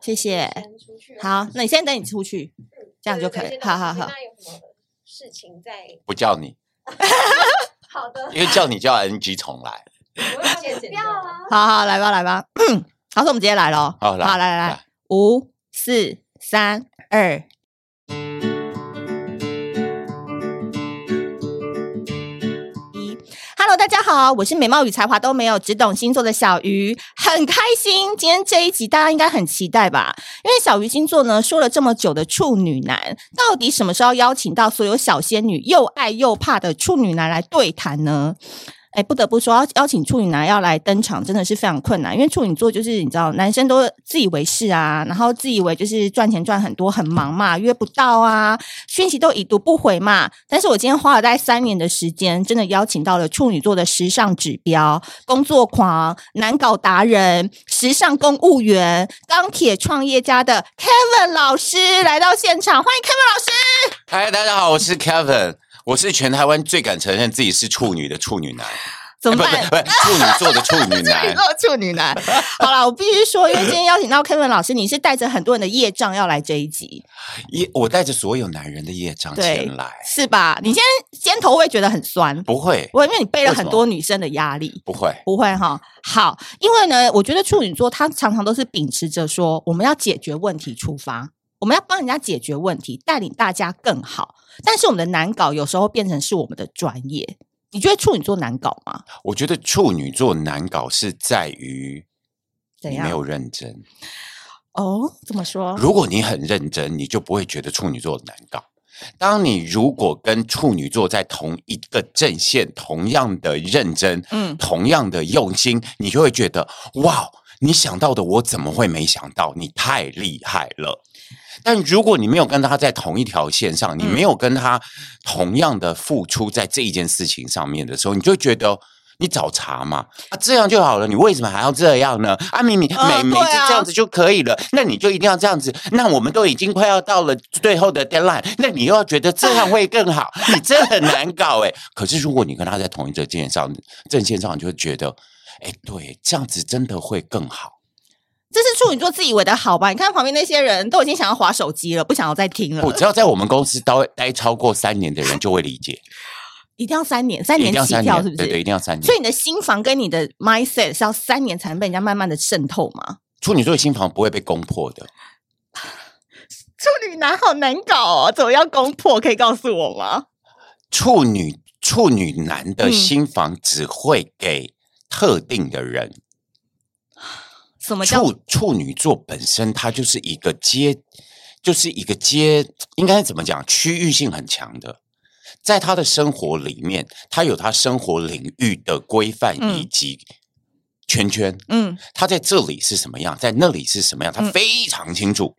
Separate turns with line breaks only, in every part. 谢谢。
先出去了。
好，那你先等你出去，
嗯，
这样
对
就
对
可
对先
以。好
等
好
我
好
出去，那有什么事情在？
不叫你，
好的，
因为叫你叫 NG 重来。
我 要剪掉啊。
好好来吧来吧。 好，所以我们直接来喽。
好来
来来来，五四三二。一 Hello，大家好，我是美貌与才华都没有，只懂星座的小鱼，很开心。今天这一集大家应该很期待吧？因为小鱼星座呢，说了这么久的处女男，到底什么时候邀请到所有小仙女又爱又怕的处女男来对谈呢？哎，不得不说，邀邀请处女男要来登场，真的是非常困难，因为处女座就是你知道，男生都自以为是啊，然后自以为就是赚钱赚很多，很忙嘛，约不到啊，讯息都已读不回嘛。但是我今天花了大概三年的时间，真的邀请到了处女座的时尚指标、工作狂、难搞达人、时尚公务员、钢铁创业家的 Kevin 老师来到现场，欢迎 Kevin 老师。
嗨，大家好，我是 Kevin，我是全台湾最敢承认自己是处女的处女 男，
怎么
哎不
办？
不不，处女座的处 女
处女
男。
座的处女男。好啦，我必须说，因为今天邀请到 Kevin 老师，你是带着很多人的业障要来这一集，
业，我带着所有男人的业障
对
前来，
是吧？你先肩头会觉得很酸，
不会，
我因为你背了很多女生的压力。
不会，
不会哈，好，因为呢，我觉得处女座他常常都是秉持着说我们要解决问题出发，我们要帮人家解决问题，带领大家更好。但是我们的难搞有时候变成是我们的专业，你觉得处女座难搞吗？
我觉得处女座难搞是在于
怎
你
样
没有认真。
哦，怎么说？
如果你很认真，你就不会觉得处女座难搞。当你如果跟处女座在同一个阵线，同样的认真，
嗯，
同样的用心，你就会觉得哇，你想到的我怎么会没想到？你太厉害了。但如果你没有跟他在同一条线上，你没有跟他同样的付出在这一件事情上面的时候，你就会觉得你找茬嘛啊，这样就好了，你为什么还要这样呢？啊，明明
啊
每每
对
次
啊
这样子就可以了，那你就一定要这样子。那我们都已经快要到了最后的 deadline，那你又要觉得这样会更好，你真的很难搞哎、可是如果你跟他在同一个线上阵线上，你就会觉得，哎，对，这样子真的会更好。
这是处女座自以为的好吧？你看旁边那些人都已经想要划手机了，不想要再听了
不，。只要在我们公司待待超过三年的人就会理解，
一定要三年，三
一
年
定要
起
三
跳
年，
是不
对对，一
是？
定要三年
所。以你的心房跟你的 mindset 是要三年才能被人家慢慢的渗透吗？
处女座的心房不会被攻破的，
处女男好难搞哦，怎么要攻破？可以告诉我吗？
处女处女男的
嗯
心房只会给特定的人。
什么叫
处处女座本身它就是一个阶，就是一个阶，应该怎么讲？区域性很强的，在他的生活里面，他有他生活领域的规范
嗯
以及圈圈。
嗯？
他在这里是什么样，在那里是什么样，他
嗯
非常清楚。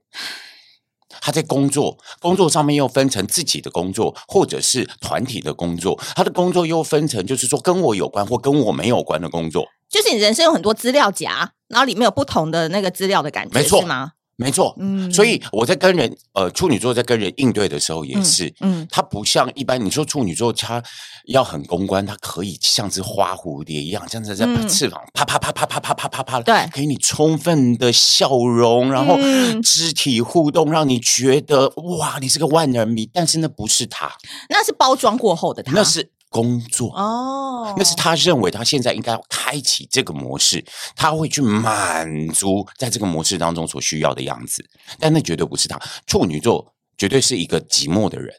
他在工作，工作上面又分成自己的工作，或者是团体的工作。他的工作又分成，就是说跟我有关或跟我没有关的工作。
就是你人生有很多资料夹，然后里面有不同的那个资料的感觉，
没错
是吗？
没错，
嗯
所以我在跟人，呃，处女座在跟人应对的时候也是，
嗯，
他不像一般你说处女座，他要很公关，他可以像只花蝴蝶一样，像是在
嗯
翅膀啪啪啪啪啪啪啪啪啪，
对
给你充分的笑容，然后
嗯
肢体互动，让你觉得哇，你是个万人迷。但是那不是他，
那是包装过后的他，
那是工作。
哦，
嗯那是他认为他现在应该要开启这个模式，他会去满足在这个模式当中所需要的样子，但那绝对不是他。处女座绝对是一个寂寞的人，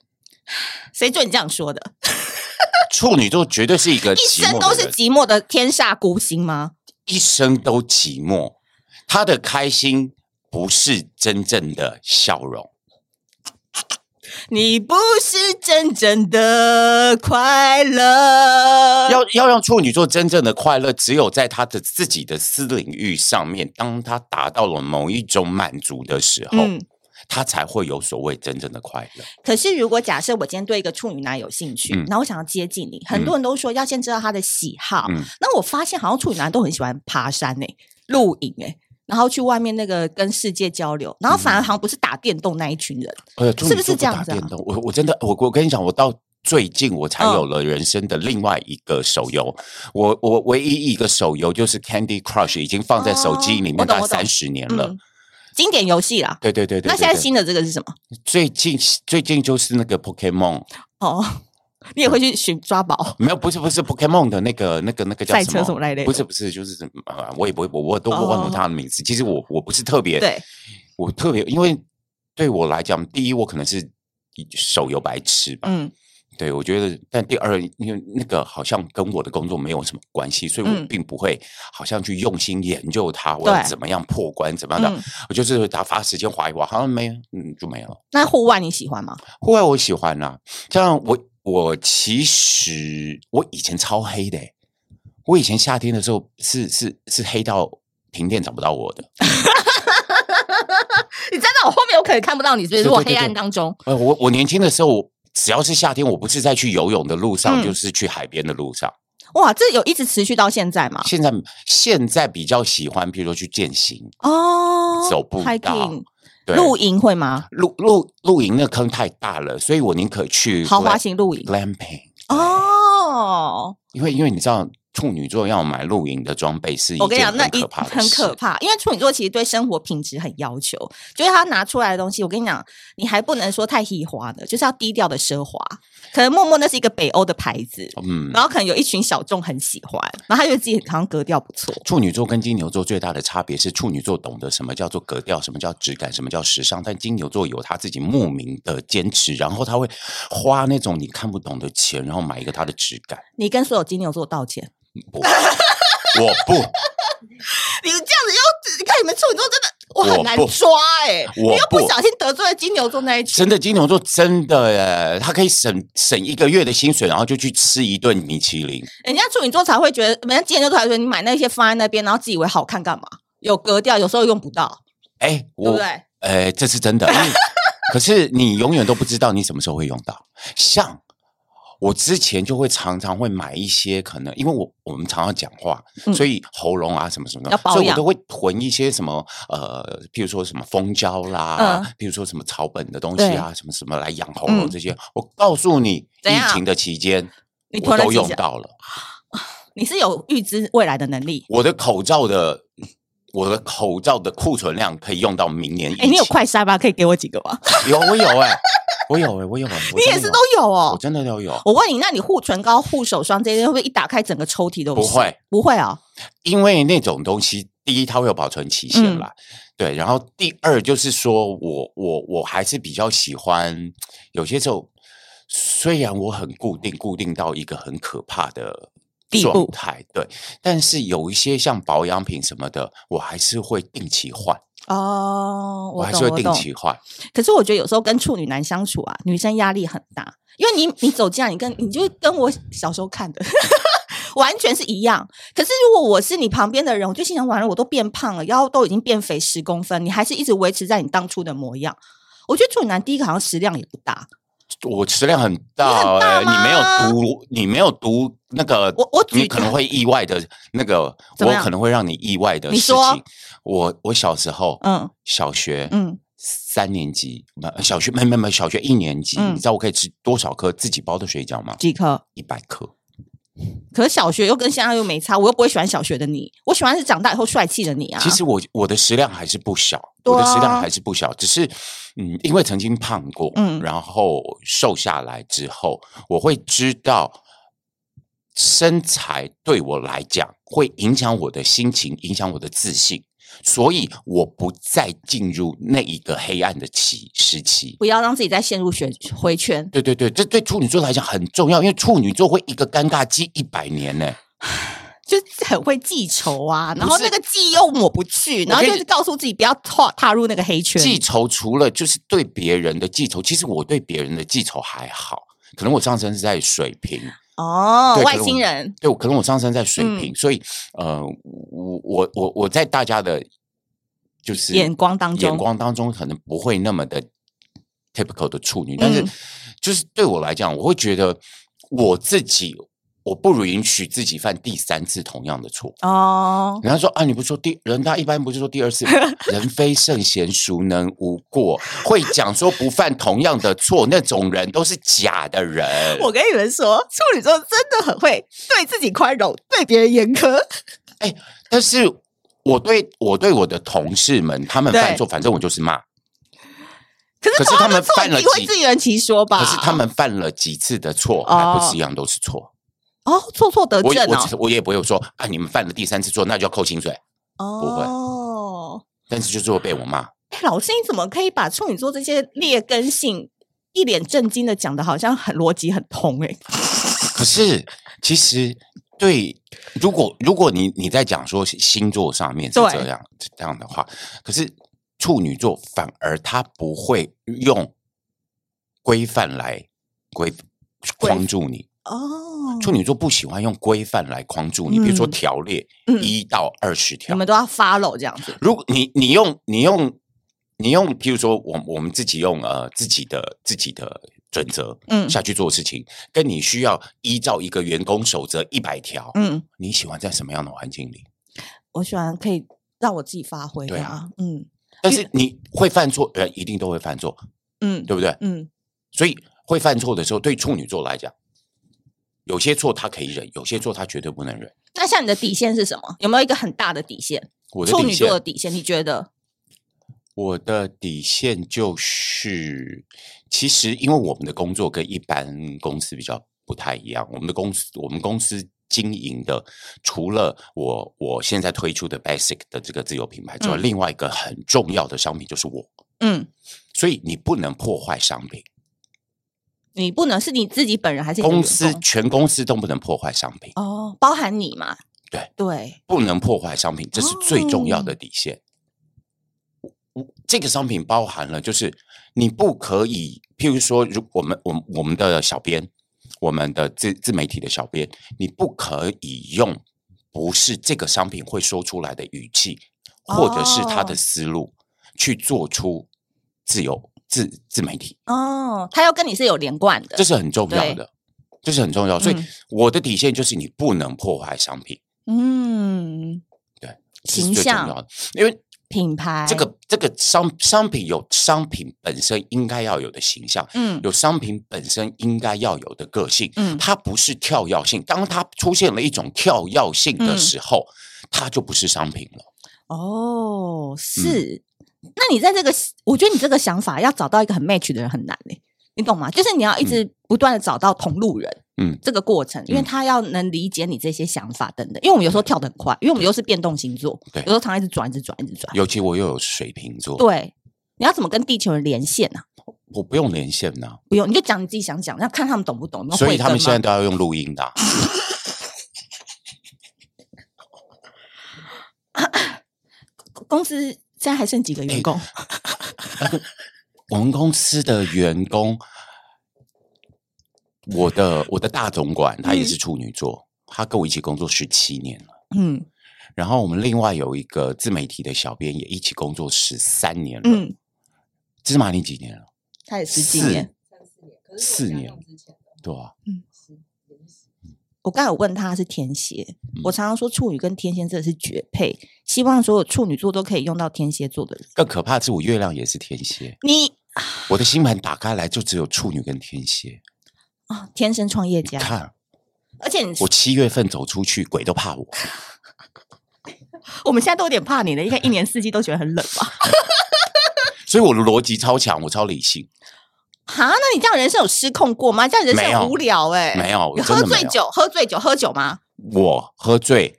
谁准你这样说的？
处女座绝对是一个
一
寂
生
寞
都
的
是
人，
寂寞的天煞孤星吗？
一生都寂寞。他的开心不是真正的笑容，
你不是真正的快 乐。
要要让处女座真正的快乐，只有在他的自己的私领域上面，当他达到了某一种满足的时候，
嗯，
他才会有所谓真正的快乐。
可是如果假设我今天对一个处女男有兴趣，
嗯
然后我想要接近你，很多人都说要先知道他的喜好。
嗯
那我发现好像处女男都很喜欢爬山呢、露营哎、然后去外面那个跟世界交流，然后反而好像不是打电动那一群人。
呃，处
是
女
不是
座
这样
打
子啊
电动，我我真的，我我跟你讲，我到最近我才
嗯
有了人生的另外一个手游。我我唯一一个手游就是 Candy Crush，已经放在手机里
哦我
面
懂
大概
我懂
三十年了。
嗯经典游戏啦。
对对对对。
那
对
现在
对
新的这个是什么？
最近最近就是那个 Pokemon，
哦，你也会去寻抓宝
没有不是不是 Pokemon 的那个那个那个叫
赛
什么？
车什么那一类的？
不是不是，就是什么啊我也不会，我我都忘了他的名字。其实我我不是特别，
哦对，
我特别，因为对我来讲，第一我可能是手游白痴吧，
嗯
对我觉得，但第二，因为那个好像跟我的工作没有什么关系，所以我
嗯
并不会好像去用心研究它，我要
对
怎么样破关，怎么样的，
嗯。
我就是打发时间划一划，好像没，嗯，就没了。
那户外你喜欢吗？
户外我喜欢啦、像我，我其实我以前超黑的欸、我以前夏天的时候是是是黑到停电找不到我的，
你真的，我后面我可能看不到你，是不
对
是？如果
对对
黑暗
对
当中，
呃，我我年轻的时候，我只要是夏天，我不是在去游泳的路上，
嗯
就是去海边的路上。
哇，这有一直持续到现在吗？
现在现在比较喜欢，比如说去践行，
哦，
走步道
hiking
对，
露营会吗？
露露露营那坑太大了，所以我宁可去
豪华
glam-
型露营
glamping，
哦，
因为因为你知道处女座要买露营的装备是一
我跟你
件
讲，那
很
一
可怕的
很可
事
怕，因为处女座其实对生活品质很要求，就是他拿出来的东西，我跟你讲，你还不能说太喜华的，就是要低调的奢华，可能默默那是一个北欧的牌子。
嗯，
然后可能有一群小众很喜欢，然后他觉得自己好像格调不错，
处女座跟金牛座最大的差别是，处女座懂得什么叫做格调，什么叫质感，什么叫时尚，但金牛座有他自己莫名的坚持，然后他会花那种你看不懂的钱，然后买一个他的质感。
你跟所有金牛座道歉，
我我不，
你这样子又看你们处女座真的我很
我
难
不
抓哎、
我
你又不
不
小心得罪了金牛座那一群
真，的金牛座真的耶，他可以省省一个月的薪水，然后就去吃一顿米其林。
人家处女座才会觉得，人家金牛座才会觉得你买那些放在那边，然后自以为好看干嘛？有格调，有时候用不到，
哎，
对
我
不对？
呃，这是真的。因为可是你永远都不知道你什么时候会用到。像我之前就会常常会买一些，可能因为我我们常常讲话，
嗯
所以喉咙啊什么什么
要
的，
保
所以我
养
都会囤一些什么呃，譬如说什么蜂胶啦，
嗯
譬如说什么草本的东西啊，什么什么来养喉咙
嗯
这些。我告诉你，
怎样
疫情的期间
你
我
囤了
都
几
用
箱
到了。
你是有预知未来的能力。
我的口罩的我的口罩的库存量可以用到明年疫
哎、
情。
你有快筛吧？可以给我几个吗？
有我有哎、我有哎、我有哎、我
你
真
也
的
是
有
都有
我
哦。
真的都有，
我问你，那你护唇膏、护手霜这些会不会一打开整个抽屉都
不
是？
会，
不会哦。
因为那种东西，第一它会有保存期
嗯
限啦，对，然后第二就是说我我我还是比较喜欢，有些时候虽然我很固定，固定到一个很可怕的。
地步
状态对，但是有一些像保养品什么的，我还是会定期换，
哦，
我还是
懂，
会
我
定
懂。
期换。
可是我觉得有时候跟处女男相处啊，女生压力很大，因为你你走进来，你跟你就跟我小时候看的 完全是一样。可是如果我是你旁边的人，我就心想完了，我都变胖了，腰都已经变肥十公分，你还是一直维持在你当初的模样。我觉得处女男第一个好像食量也不大，
我食量很大
大
哎、
吗
你没有读，你没有读那个，
我我
你
举
可能
个
会意外的那个，
怎么
我
样
可能会让你意外的
你
事
说
情。我我小时候，
嗯
小学，
嗯，
三年级，不小学没没没，小学一年级，
嗯
你知道我可以吃多少颗自己包的水饺吗？
几颗。
一百颗。
可是小学又跟现在又没差，我又不会喜欢小学的你，我喜欢是长大以后帅气的你啊。
其实我我的食量还是不小，
对啊
我的食量还是不小，只是嗯，因为曾经胖过，
嗯
嗯，然后瘦下来之后，我会知道身材对我来讲会影响我的心情，影响我的自信，所以我不再进入那一个黑暗的期时期。
不要让自己再陷入选回圈。
对对对，这对处女座来讲很重要，因为处女座会一个尴尬记一百年呢、
就是很会记仇啊，然后
不
那
是
个记又抹不去，
我
然后
跟
就
你
是告诉自己不要踏踏入那个黑圈。
记仇除了就是对别人的记仇，其实我对别人的记仇还好，可能我上升是在水瓶，
哦，
对
外
可能
星
我
人，
对，我可能我上升在水
嗯
瓶，所以呃，我我我我在大家的就是
眼光当中
眼光当中可能不会那么的 typical 的处女，但是
嗯
就是对我来讲，我会觉得我自己。我不允许自己犯第三次同样的错。
哦，
人家说啊，你不是说第人，他一般不是说第二次，人非圣贤，孰能无过？会讲说不犯同样的错，那种人都是假的人。
我跟你们说，处女座真的很会对自己宽容，对别人严苛。
但是我对我对我的同事们，他们
对
犯错，反正我就是骂。
可是
可是
同样
他们
的错
犯了
你会
几
自圆其说吧？
可是他们犯了几次的错，
哦
还不是一样都是错。
哦，错错得
我也
正
我我也不会说啊，你们犯了第三次错，那就要扣薪水。
哦，
不会
哦。
但是就是会被我骂。
哎，老师，你怎么可以把处女座这些劣根性一脸正经的讲的，好像很逻辑很通哎、
可是其实对，如果如果你你在讲说星座上面是
对
这样这样的话，可是处女座反而他不会用规范来规
规
框住你。
哦，
处女座不喜欢用规范来框住你，比如说
嗯
条列
嗯
一到二十
你
条。
们都要 follow 这样子，
如果你你用你用你用，譬如说我我们自己用呃自己的自己的准则，
嗯
下去做事情，跟你需要依照一个员工守则一百条，
嗯，
你喜欢在什么样的环境里？
我喜欢可以让我自己发挥
对
的
啊
啊，嗯
但是你会犯错，人一定都会犯错，
嗯
对不对？
嗯，
所以会犯错的时候，对处女座来讲，有些错他可以忍，有些错他绝对不能忍。
那像你的底线是什么？有没有一个很大的底线？
我的
处
底
女座的
线，
底线，你觉得？
我的底线就是，其实因为我们的工作跟一般公司比较不太一样，我们的公司，我们公司。经营的除了我我现在推出的 Basic 的这个自有品牌之外，
嗯
另外一个很重要的商品就是我，
嗯，
所以你不能破坏商品，
你不能是你自己本人还是你的
公
员
司
工
全公司都不能破坏商品，
哦，包含你嘛？
对
对，
不能破坏商品，这是最重要
哦
的底线。我我这个商品包含了，就是你不可以，譬如说，如我们我们我们的小编，我们的自自媒体的小编，你不可以用不是这个商品会说出来的语气，或者是他的
哦
思路、去做出自由自自媒体。
哦，他要跟你是有连贯的，
这是很重要
呃对
的，这是很重要。所以
嗯
我的底线就是你不能破坏商品，
嗯，
对，这是
形
最重要
象、
的。因为
品牌
这个这个商商品有商品本身应该要有的形象，
嗯
有商品本身应该要有的个性，
嗯
它不是跳跃性。当它出现了一种跳跃性的
嗯
时候，它就不是商品了。
哦，
嗯
是。那你在这个，我觉得你这个想法要找到一个很 match 的人很难嘞、你懂吗？就是你要一直不断的找到同路人，
嗯，
这个过程，因为他要能理解你这些想法等等。因为我们有时候跳得很快，因为我们又是变动星座，
对
有时候常常一直转，一直转，一直转。
尤其我又有水瓶座，
啊对，你要怎么跟地球人连线啊？
我不用连线呐、
不用，你就讲你自己想讲，那看他们懂不懂。有没有
所以
慧
他们
根
现在
吗
都要用录音的啊、
公司现在还剩几个员工？
我们公司的员工，我的我的大总管他也是处女座，他跟我一起工作十七年了。
嗯
然后我们另外有一个自媒体的小编也一起工作十三年了。
嗯，
芝麻你几年了？
他也十几
呃四
年。
三四年，可是
四
我家
年
用之前的
对啊，
是也是十
我刚才有问他是天蝎，
嗯
我常常说处女跟天蝎真的是绝配，希望所有处女座都可以用到天蝎座的人。
更可怕的是我月亮也是天蝎，
你
我的星盘打开来就只有处女跟天蝎。
啊，天生创业家，
看
而且你
我七月份走出去，鬼都怕我。
我们现在都有点怕你了，应该一年四季都觉得很冷 吧？
所以我的逻辑超强，我超理性。
哈，那你这样人生有失控过吗？这样人生
没有
很无聊哎、
没有
你，
真
喝
的没
醉
有。
酒，喝醉酒，喝酒吗？
我喝醉，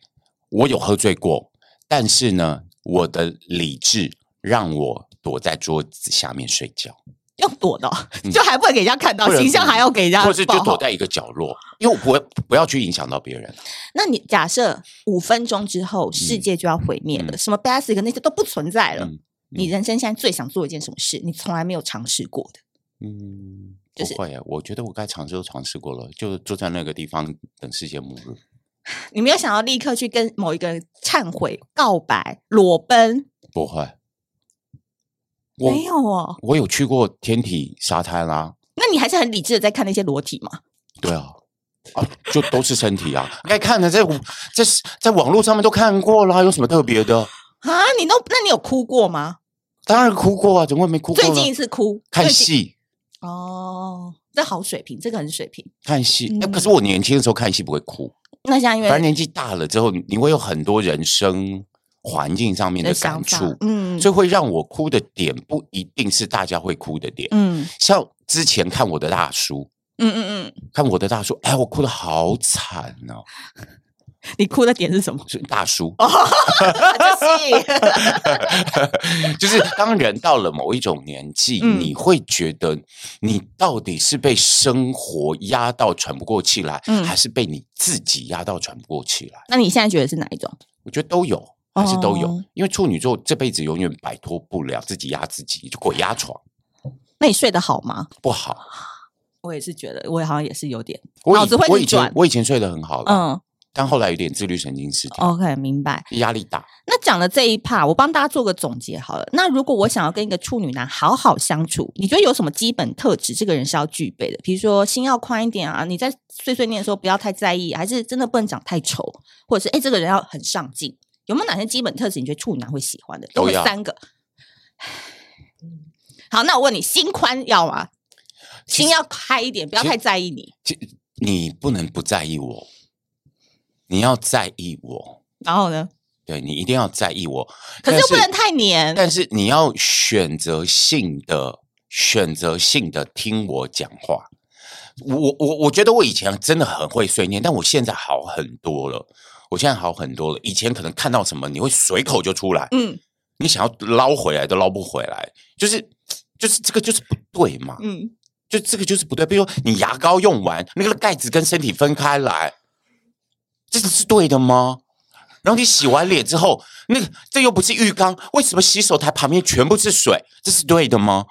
我有喝醉过，但是呢，我的理智让我躲在桌子下面睡觉，
用躲的哦、
嗯
就还不会给人家看到，
不能
形象还要给人家
或是
报
就
好
躲在一个角落，因为我不会不要去影响到别人。
那你假设五分钟之后世界就要毁灭了，
嗯
什么 basic 那些都不存在了。
嗯嗯
你人生现在最想做一件什么事？你从来没有尝试过的。
嗯，
就
不
是
会啊，我觉得我该尝试都尝试过了，就坐在那个地方等世界末日。
你没有想要立刻去跟某一个人忏悔、告白、裸奔，
不会，我
没有哦。
我有去过天体沙滩啦、
那你还是很理智的在看那些裸体吗？
对啊。啊，就都是身体啊，该看的在在在网络上面都看过啦，有什么特别的？
啊，你都那你有哭过吗？
当然哭过啊，怎么会没哭过
最
呢？
近一次哭，
看
最近
戏，
哦，这好水平，这个很水平。
看戏、哎
嗯
可是我年轻的时候看戏不会哭，
那现在因
反正
为
年纪大了之后，你你会有很多人生环境上面的感
想法
触，
嗯，
所以会让我哭的点不一定是大家会哭的点。
嗯
像之前看我的大叔，
嗯嗯
看我的大叔，哎，我哭的好惨哦，
嗯，你哭的点是什么？
是大叔，
哦就是
就是当人到了某一种年纪，
嗯
你会觉得你到底是被生活压到喘不过气来，
嗯
还是被你自己压到喘不过气来？
那你现在觉得是哪一种？
我觉得都有，还是都有，
哦
因为处女座这辈子永远摆脱不了自己压自己，就鬼压床
那你睡得好吗？
不好。
我也是觉得，我好像也是有点，
我以
脑子会
我
一
以
直转
前我以前睡得很好了，
嗯
但后来有点自律神经失调，
，OK，明白。
压力大。
那讲了这一 part，我帮大家做个总结好了。那如果我想要跟一个处女男好好相处，你觉得有什么基本特质这个人是要具备的？比如说心要宽一点啊，你在碎碎念的时候不要太在意，还是真的不能长太丑，或者是哎、这个人要很上进，有没有哪些基本特质你觉得处女男会喜欢的？
都
给我
要
三个。好，那我问你，心宽要吗？
其实
心要开一点，不要
其实
太在意你。
其你不能不在意我，你要在意我，
然后呢？
对你一定要在意我。
可是
但
又不能太黏。
但是你要选择性的、选择性的听我讲话。我我我觉得我以前真的很会碎念，但我现在好很多了。我现在好很多了。以前可能看到什么，你会随口就出来，
嗯
你想要捞回来都捞不回来，就是就是这个就是不对嘛，
嗯，
就这个就是不对。比如说你牙膏用完，那个盖子跟身体分开来，这是对的吗？然后你洗完脸之后，那个这又不是浴缸，为什么洗手台旁边全部是水？这是对的吗？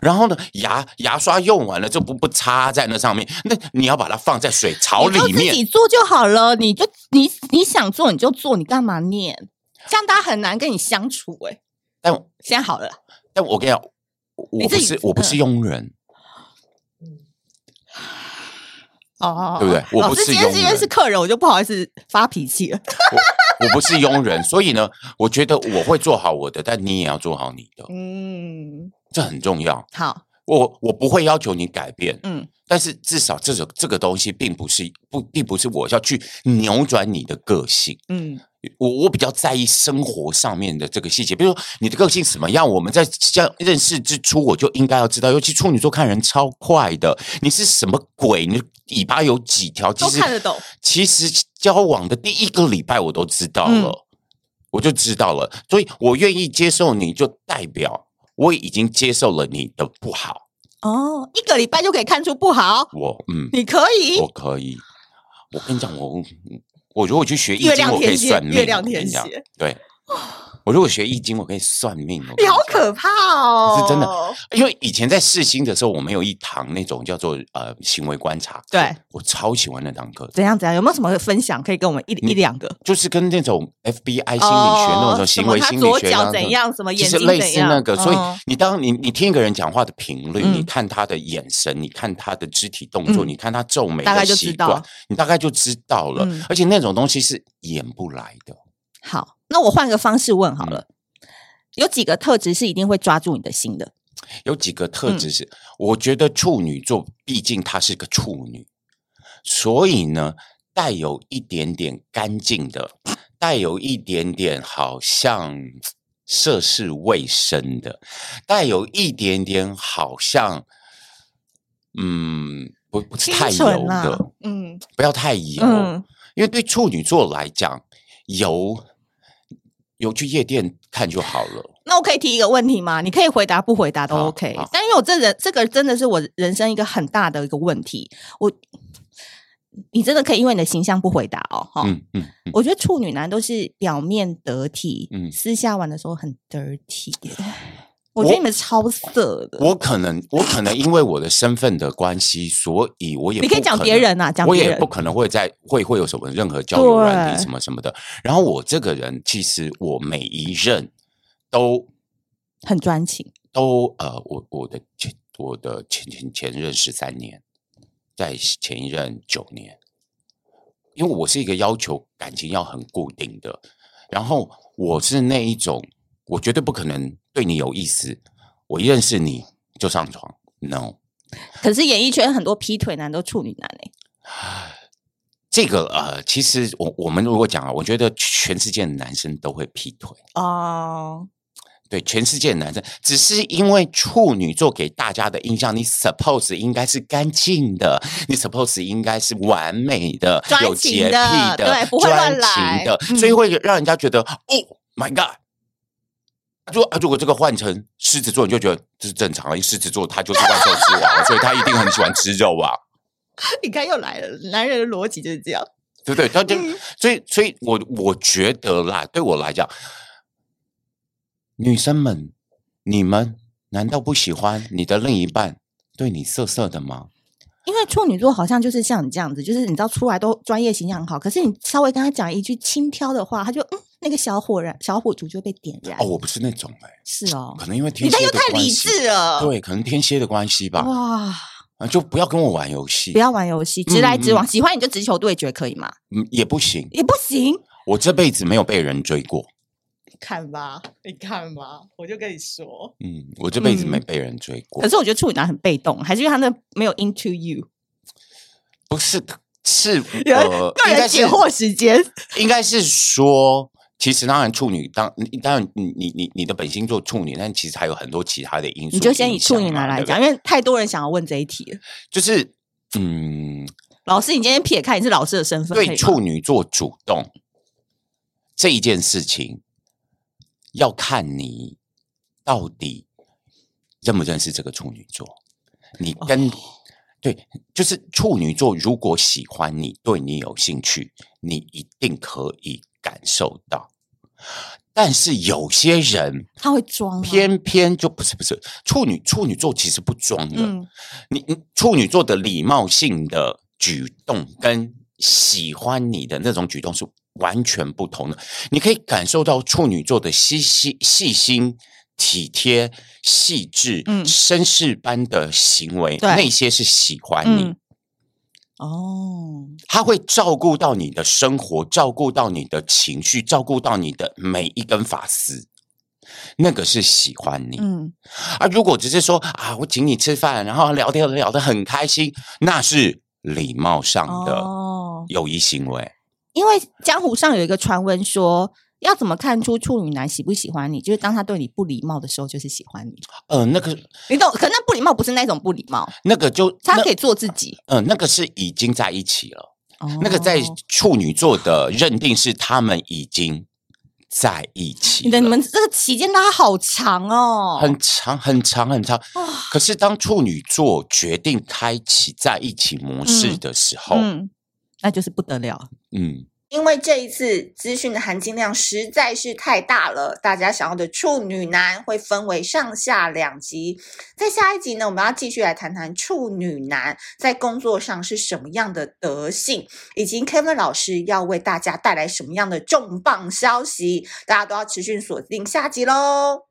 然后呢，牙牙刷用完了就不不插在那上面，那你要把它放在水槽
你就
里面
自己。做就好了。你就你你想做你就做，你干嘛念？这样大家很难跟你相处哎、
但
现在好了啦，
但我跟你讲，我
你
我
自
不
己嗯
是我不是佣人，
哦，
对不对我
老
不
师
是
今天
佣
因为
人
是客人，我就不好意思发脾气了。
我不是佣人，所以呢，我觉得我会做好我的，但你也要做好你的，
嗯，
这很重要。
好，
我我不会要求你改变，
嗯
但是至少这种这个东西并不是不并不是我要去扭转你的个性。
嗯，
我我比较在意生活上面的这个细节，比如说你的个性什么样，我们在相认识之初我就应该要知道。尤其处女座看人超快的，你是什么鬼？你的尾巴有几条？其
都
实
看得懂。
其实交往的第一个礼拜我都知道了，
嗯
我就知道了，所以我愿意接受你，就代表我已经接受了你的不好。
哦，一个礼拜就可以看出不好，
我嗯，
你可以
我。可以。我跟你讲，我我如果去学易
月
经，
亮
我可
天
以
蝎
算命。
月亮
我跟
天
你讲
蝎，
对，我如果学易经，我可以算命。我跟
你好
讲
可怕哦！
是真的，因为以前在试新的时候，我们有一堂那种叫做呃行为观察课，
对
我超喜欢那堂课，
怎样怎样？有没有什么分享可以跟我们一一
你
两个？
就是跟那种 FBI 心理学那
哦
种
什
行
么
为
他
心理
左
学啊
脚
那
怎
种
样什么
其
眼
实
睛
类
怎
似那
样
个，所以
嗯
你当你你听一个人讲话的频率，你
嗯
看他的眼神，你看他的肢体动作，
嗯
你看他皱眉
大概
的
就
习
知道
惯，你大概就知道了
嗯。
而且那种东西是演不来的，
好，那我换个方式问好
嗯
了。有几个特质是一定会抓住你的心的？
有几个特
嗯
质是，我觉得处女座，毕竟她是个处女，所以呢，带有一点点干净的，带有一点点好像涉世未深的，带有一点点好像，嗯，不不是
清
太油
纯啦
的，
嗯
不要太油，
嗯，
因为对处女座来讲，油油去夜店看就好了。
那我可以提一个问题吗？你可以回答不回答都
好
OK
好。
但因为我这人这个真的是我人生一个很大的一个问题，我你真的可以因为你的形象不回答哦，哈、
嗯嗯嗯，
我觉得处女男都是表面得体，
嗯
私下玩的时候很 dirty，我觉得
我
你们超色的。
我可能我可能因为我的身份的关系，所以我也
你可以
不
讲
能
别人啊，讲
我
别
也
人
不可能会在会会有什么任何交友软
对
体什么什么的。然后我这个人，其实我每一任都
很专情，
都呃，我我的前我的前前前任十三年，在前一任九年，因为我是一个要求感情要很固定的，然后我是那一种，我绝对不可能对你有意思，我一认识你就上床，no。
欸可是演艺圈很多劈腿男都处女男哎、
这这个呃，其实我我们如果讲啊，我觉得全世界的男生都会劈腿，
哦，
对，全世界的男生，只是因为处女座给大家的印象，你 suppose 应该是干净的，你 suppose 应该是完美的、
专
有
情
洁癖
的对不会
专
乱来
情的，
嗯
所以会让人家觉得、哦 my god。如果如果这个换成狮子座，你就觉得这是正常了，因为狮子座他就是万兽之王，所以他一定很喜欢吃肉啊。
你看又来了，男人的逻辑就是这样。
对不对？他就、
嗯
所以，所以我我觉得啦，对我来讲，女生们，你们难道不喜欢你的另一半对你色色的吗？
因为处女座好像就是像你这样子，就是你知道出来都专业形象很好，可是你稍微跟他讲一句轻佻的话，他就嗯，那个小火燃小火烛就被点燃。
哦，我不是那种哎、
是哦，
可能因为天
你
蝎
这又
的
太
关
理
系，
智了。
对，可能天蝎的关系吧，
哇，
啊就不要跟我玩游戏，
不要玩游戏，直来直往，喜欢你就直球对决，可以吗？
嗯，也不行，
也不行，
我这辈子没有被人追过，
你看吧。
你看吧，我就跟你说，
嗯，我这辈子没
嗯
被人追过，
可是我觉得处女男很被动，还是因为他那没有 into you。
不是是
有
呃，
个
应
人
该
解
是
惑时间，
应该是说，其实当然处女当当然你你你你的本星座处女，但其实还有很多其他的因素影响嘛。
你就先以处女男来
对不对
讲，，因为太多人想要问这一题了。
就是嗯，
老师，你今天撇开你是老师的身份，可
对
以
处
吗
女座主动这一件事情，要看你到底认不认识这个处女座。你
哦
跟、对，就是处女座，如果喜欢你，对你有兴趣，你一定可以感受到。但是有些人
他会装啊吗
偏偏就不是不是处女处女座其实不装的，
嗯，
你你处女座的礼貌性的举动跟喜欢你的那种举动是完全不同的，你可以感受到处女座的细细细心、体贴、细致、
嗯
绅士般的行为，
对
那些是喜欢你。
嗯哦，
他会照顾到你的生活，照顾到你的情绪，照顾到你的每一根发丝，那个是喜欢你。
嗯，
啊，如果只是说啊，我请你吃饭，然后聊天聊得很开心，那是礼貌上的
哦，
友谊行为。
因为江湖上有一个传闻说，要怎么看出处女男喜不喜欢你？就是当他对你不礼貌的时候，就是喜欢你。
呃，那个
你懂？可那不礼貌不是那种不礼貌，
那个就
他
那
可以做自己。
呃，那个是已经在一起了。那个在
哦
处女座的认定是他们已经在一起
你
了。
的你们这个期间拉好长哦，
很长很长很长，可是当处女座决定开启在一起模式
嗯
的时候，
嗯，那就是不得了。
嗯
因为这一次资讯的含金量实在是太大了，大家想要的处女男会分为上下两集。在下一集呢，我们要继续来谈谈处女男在工作上是什么样的德性，以及 Kevin 老师要为大家带来什么样的重磅消息。大家都要持续锁定下集喽。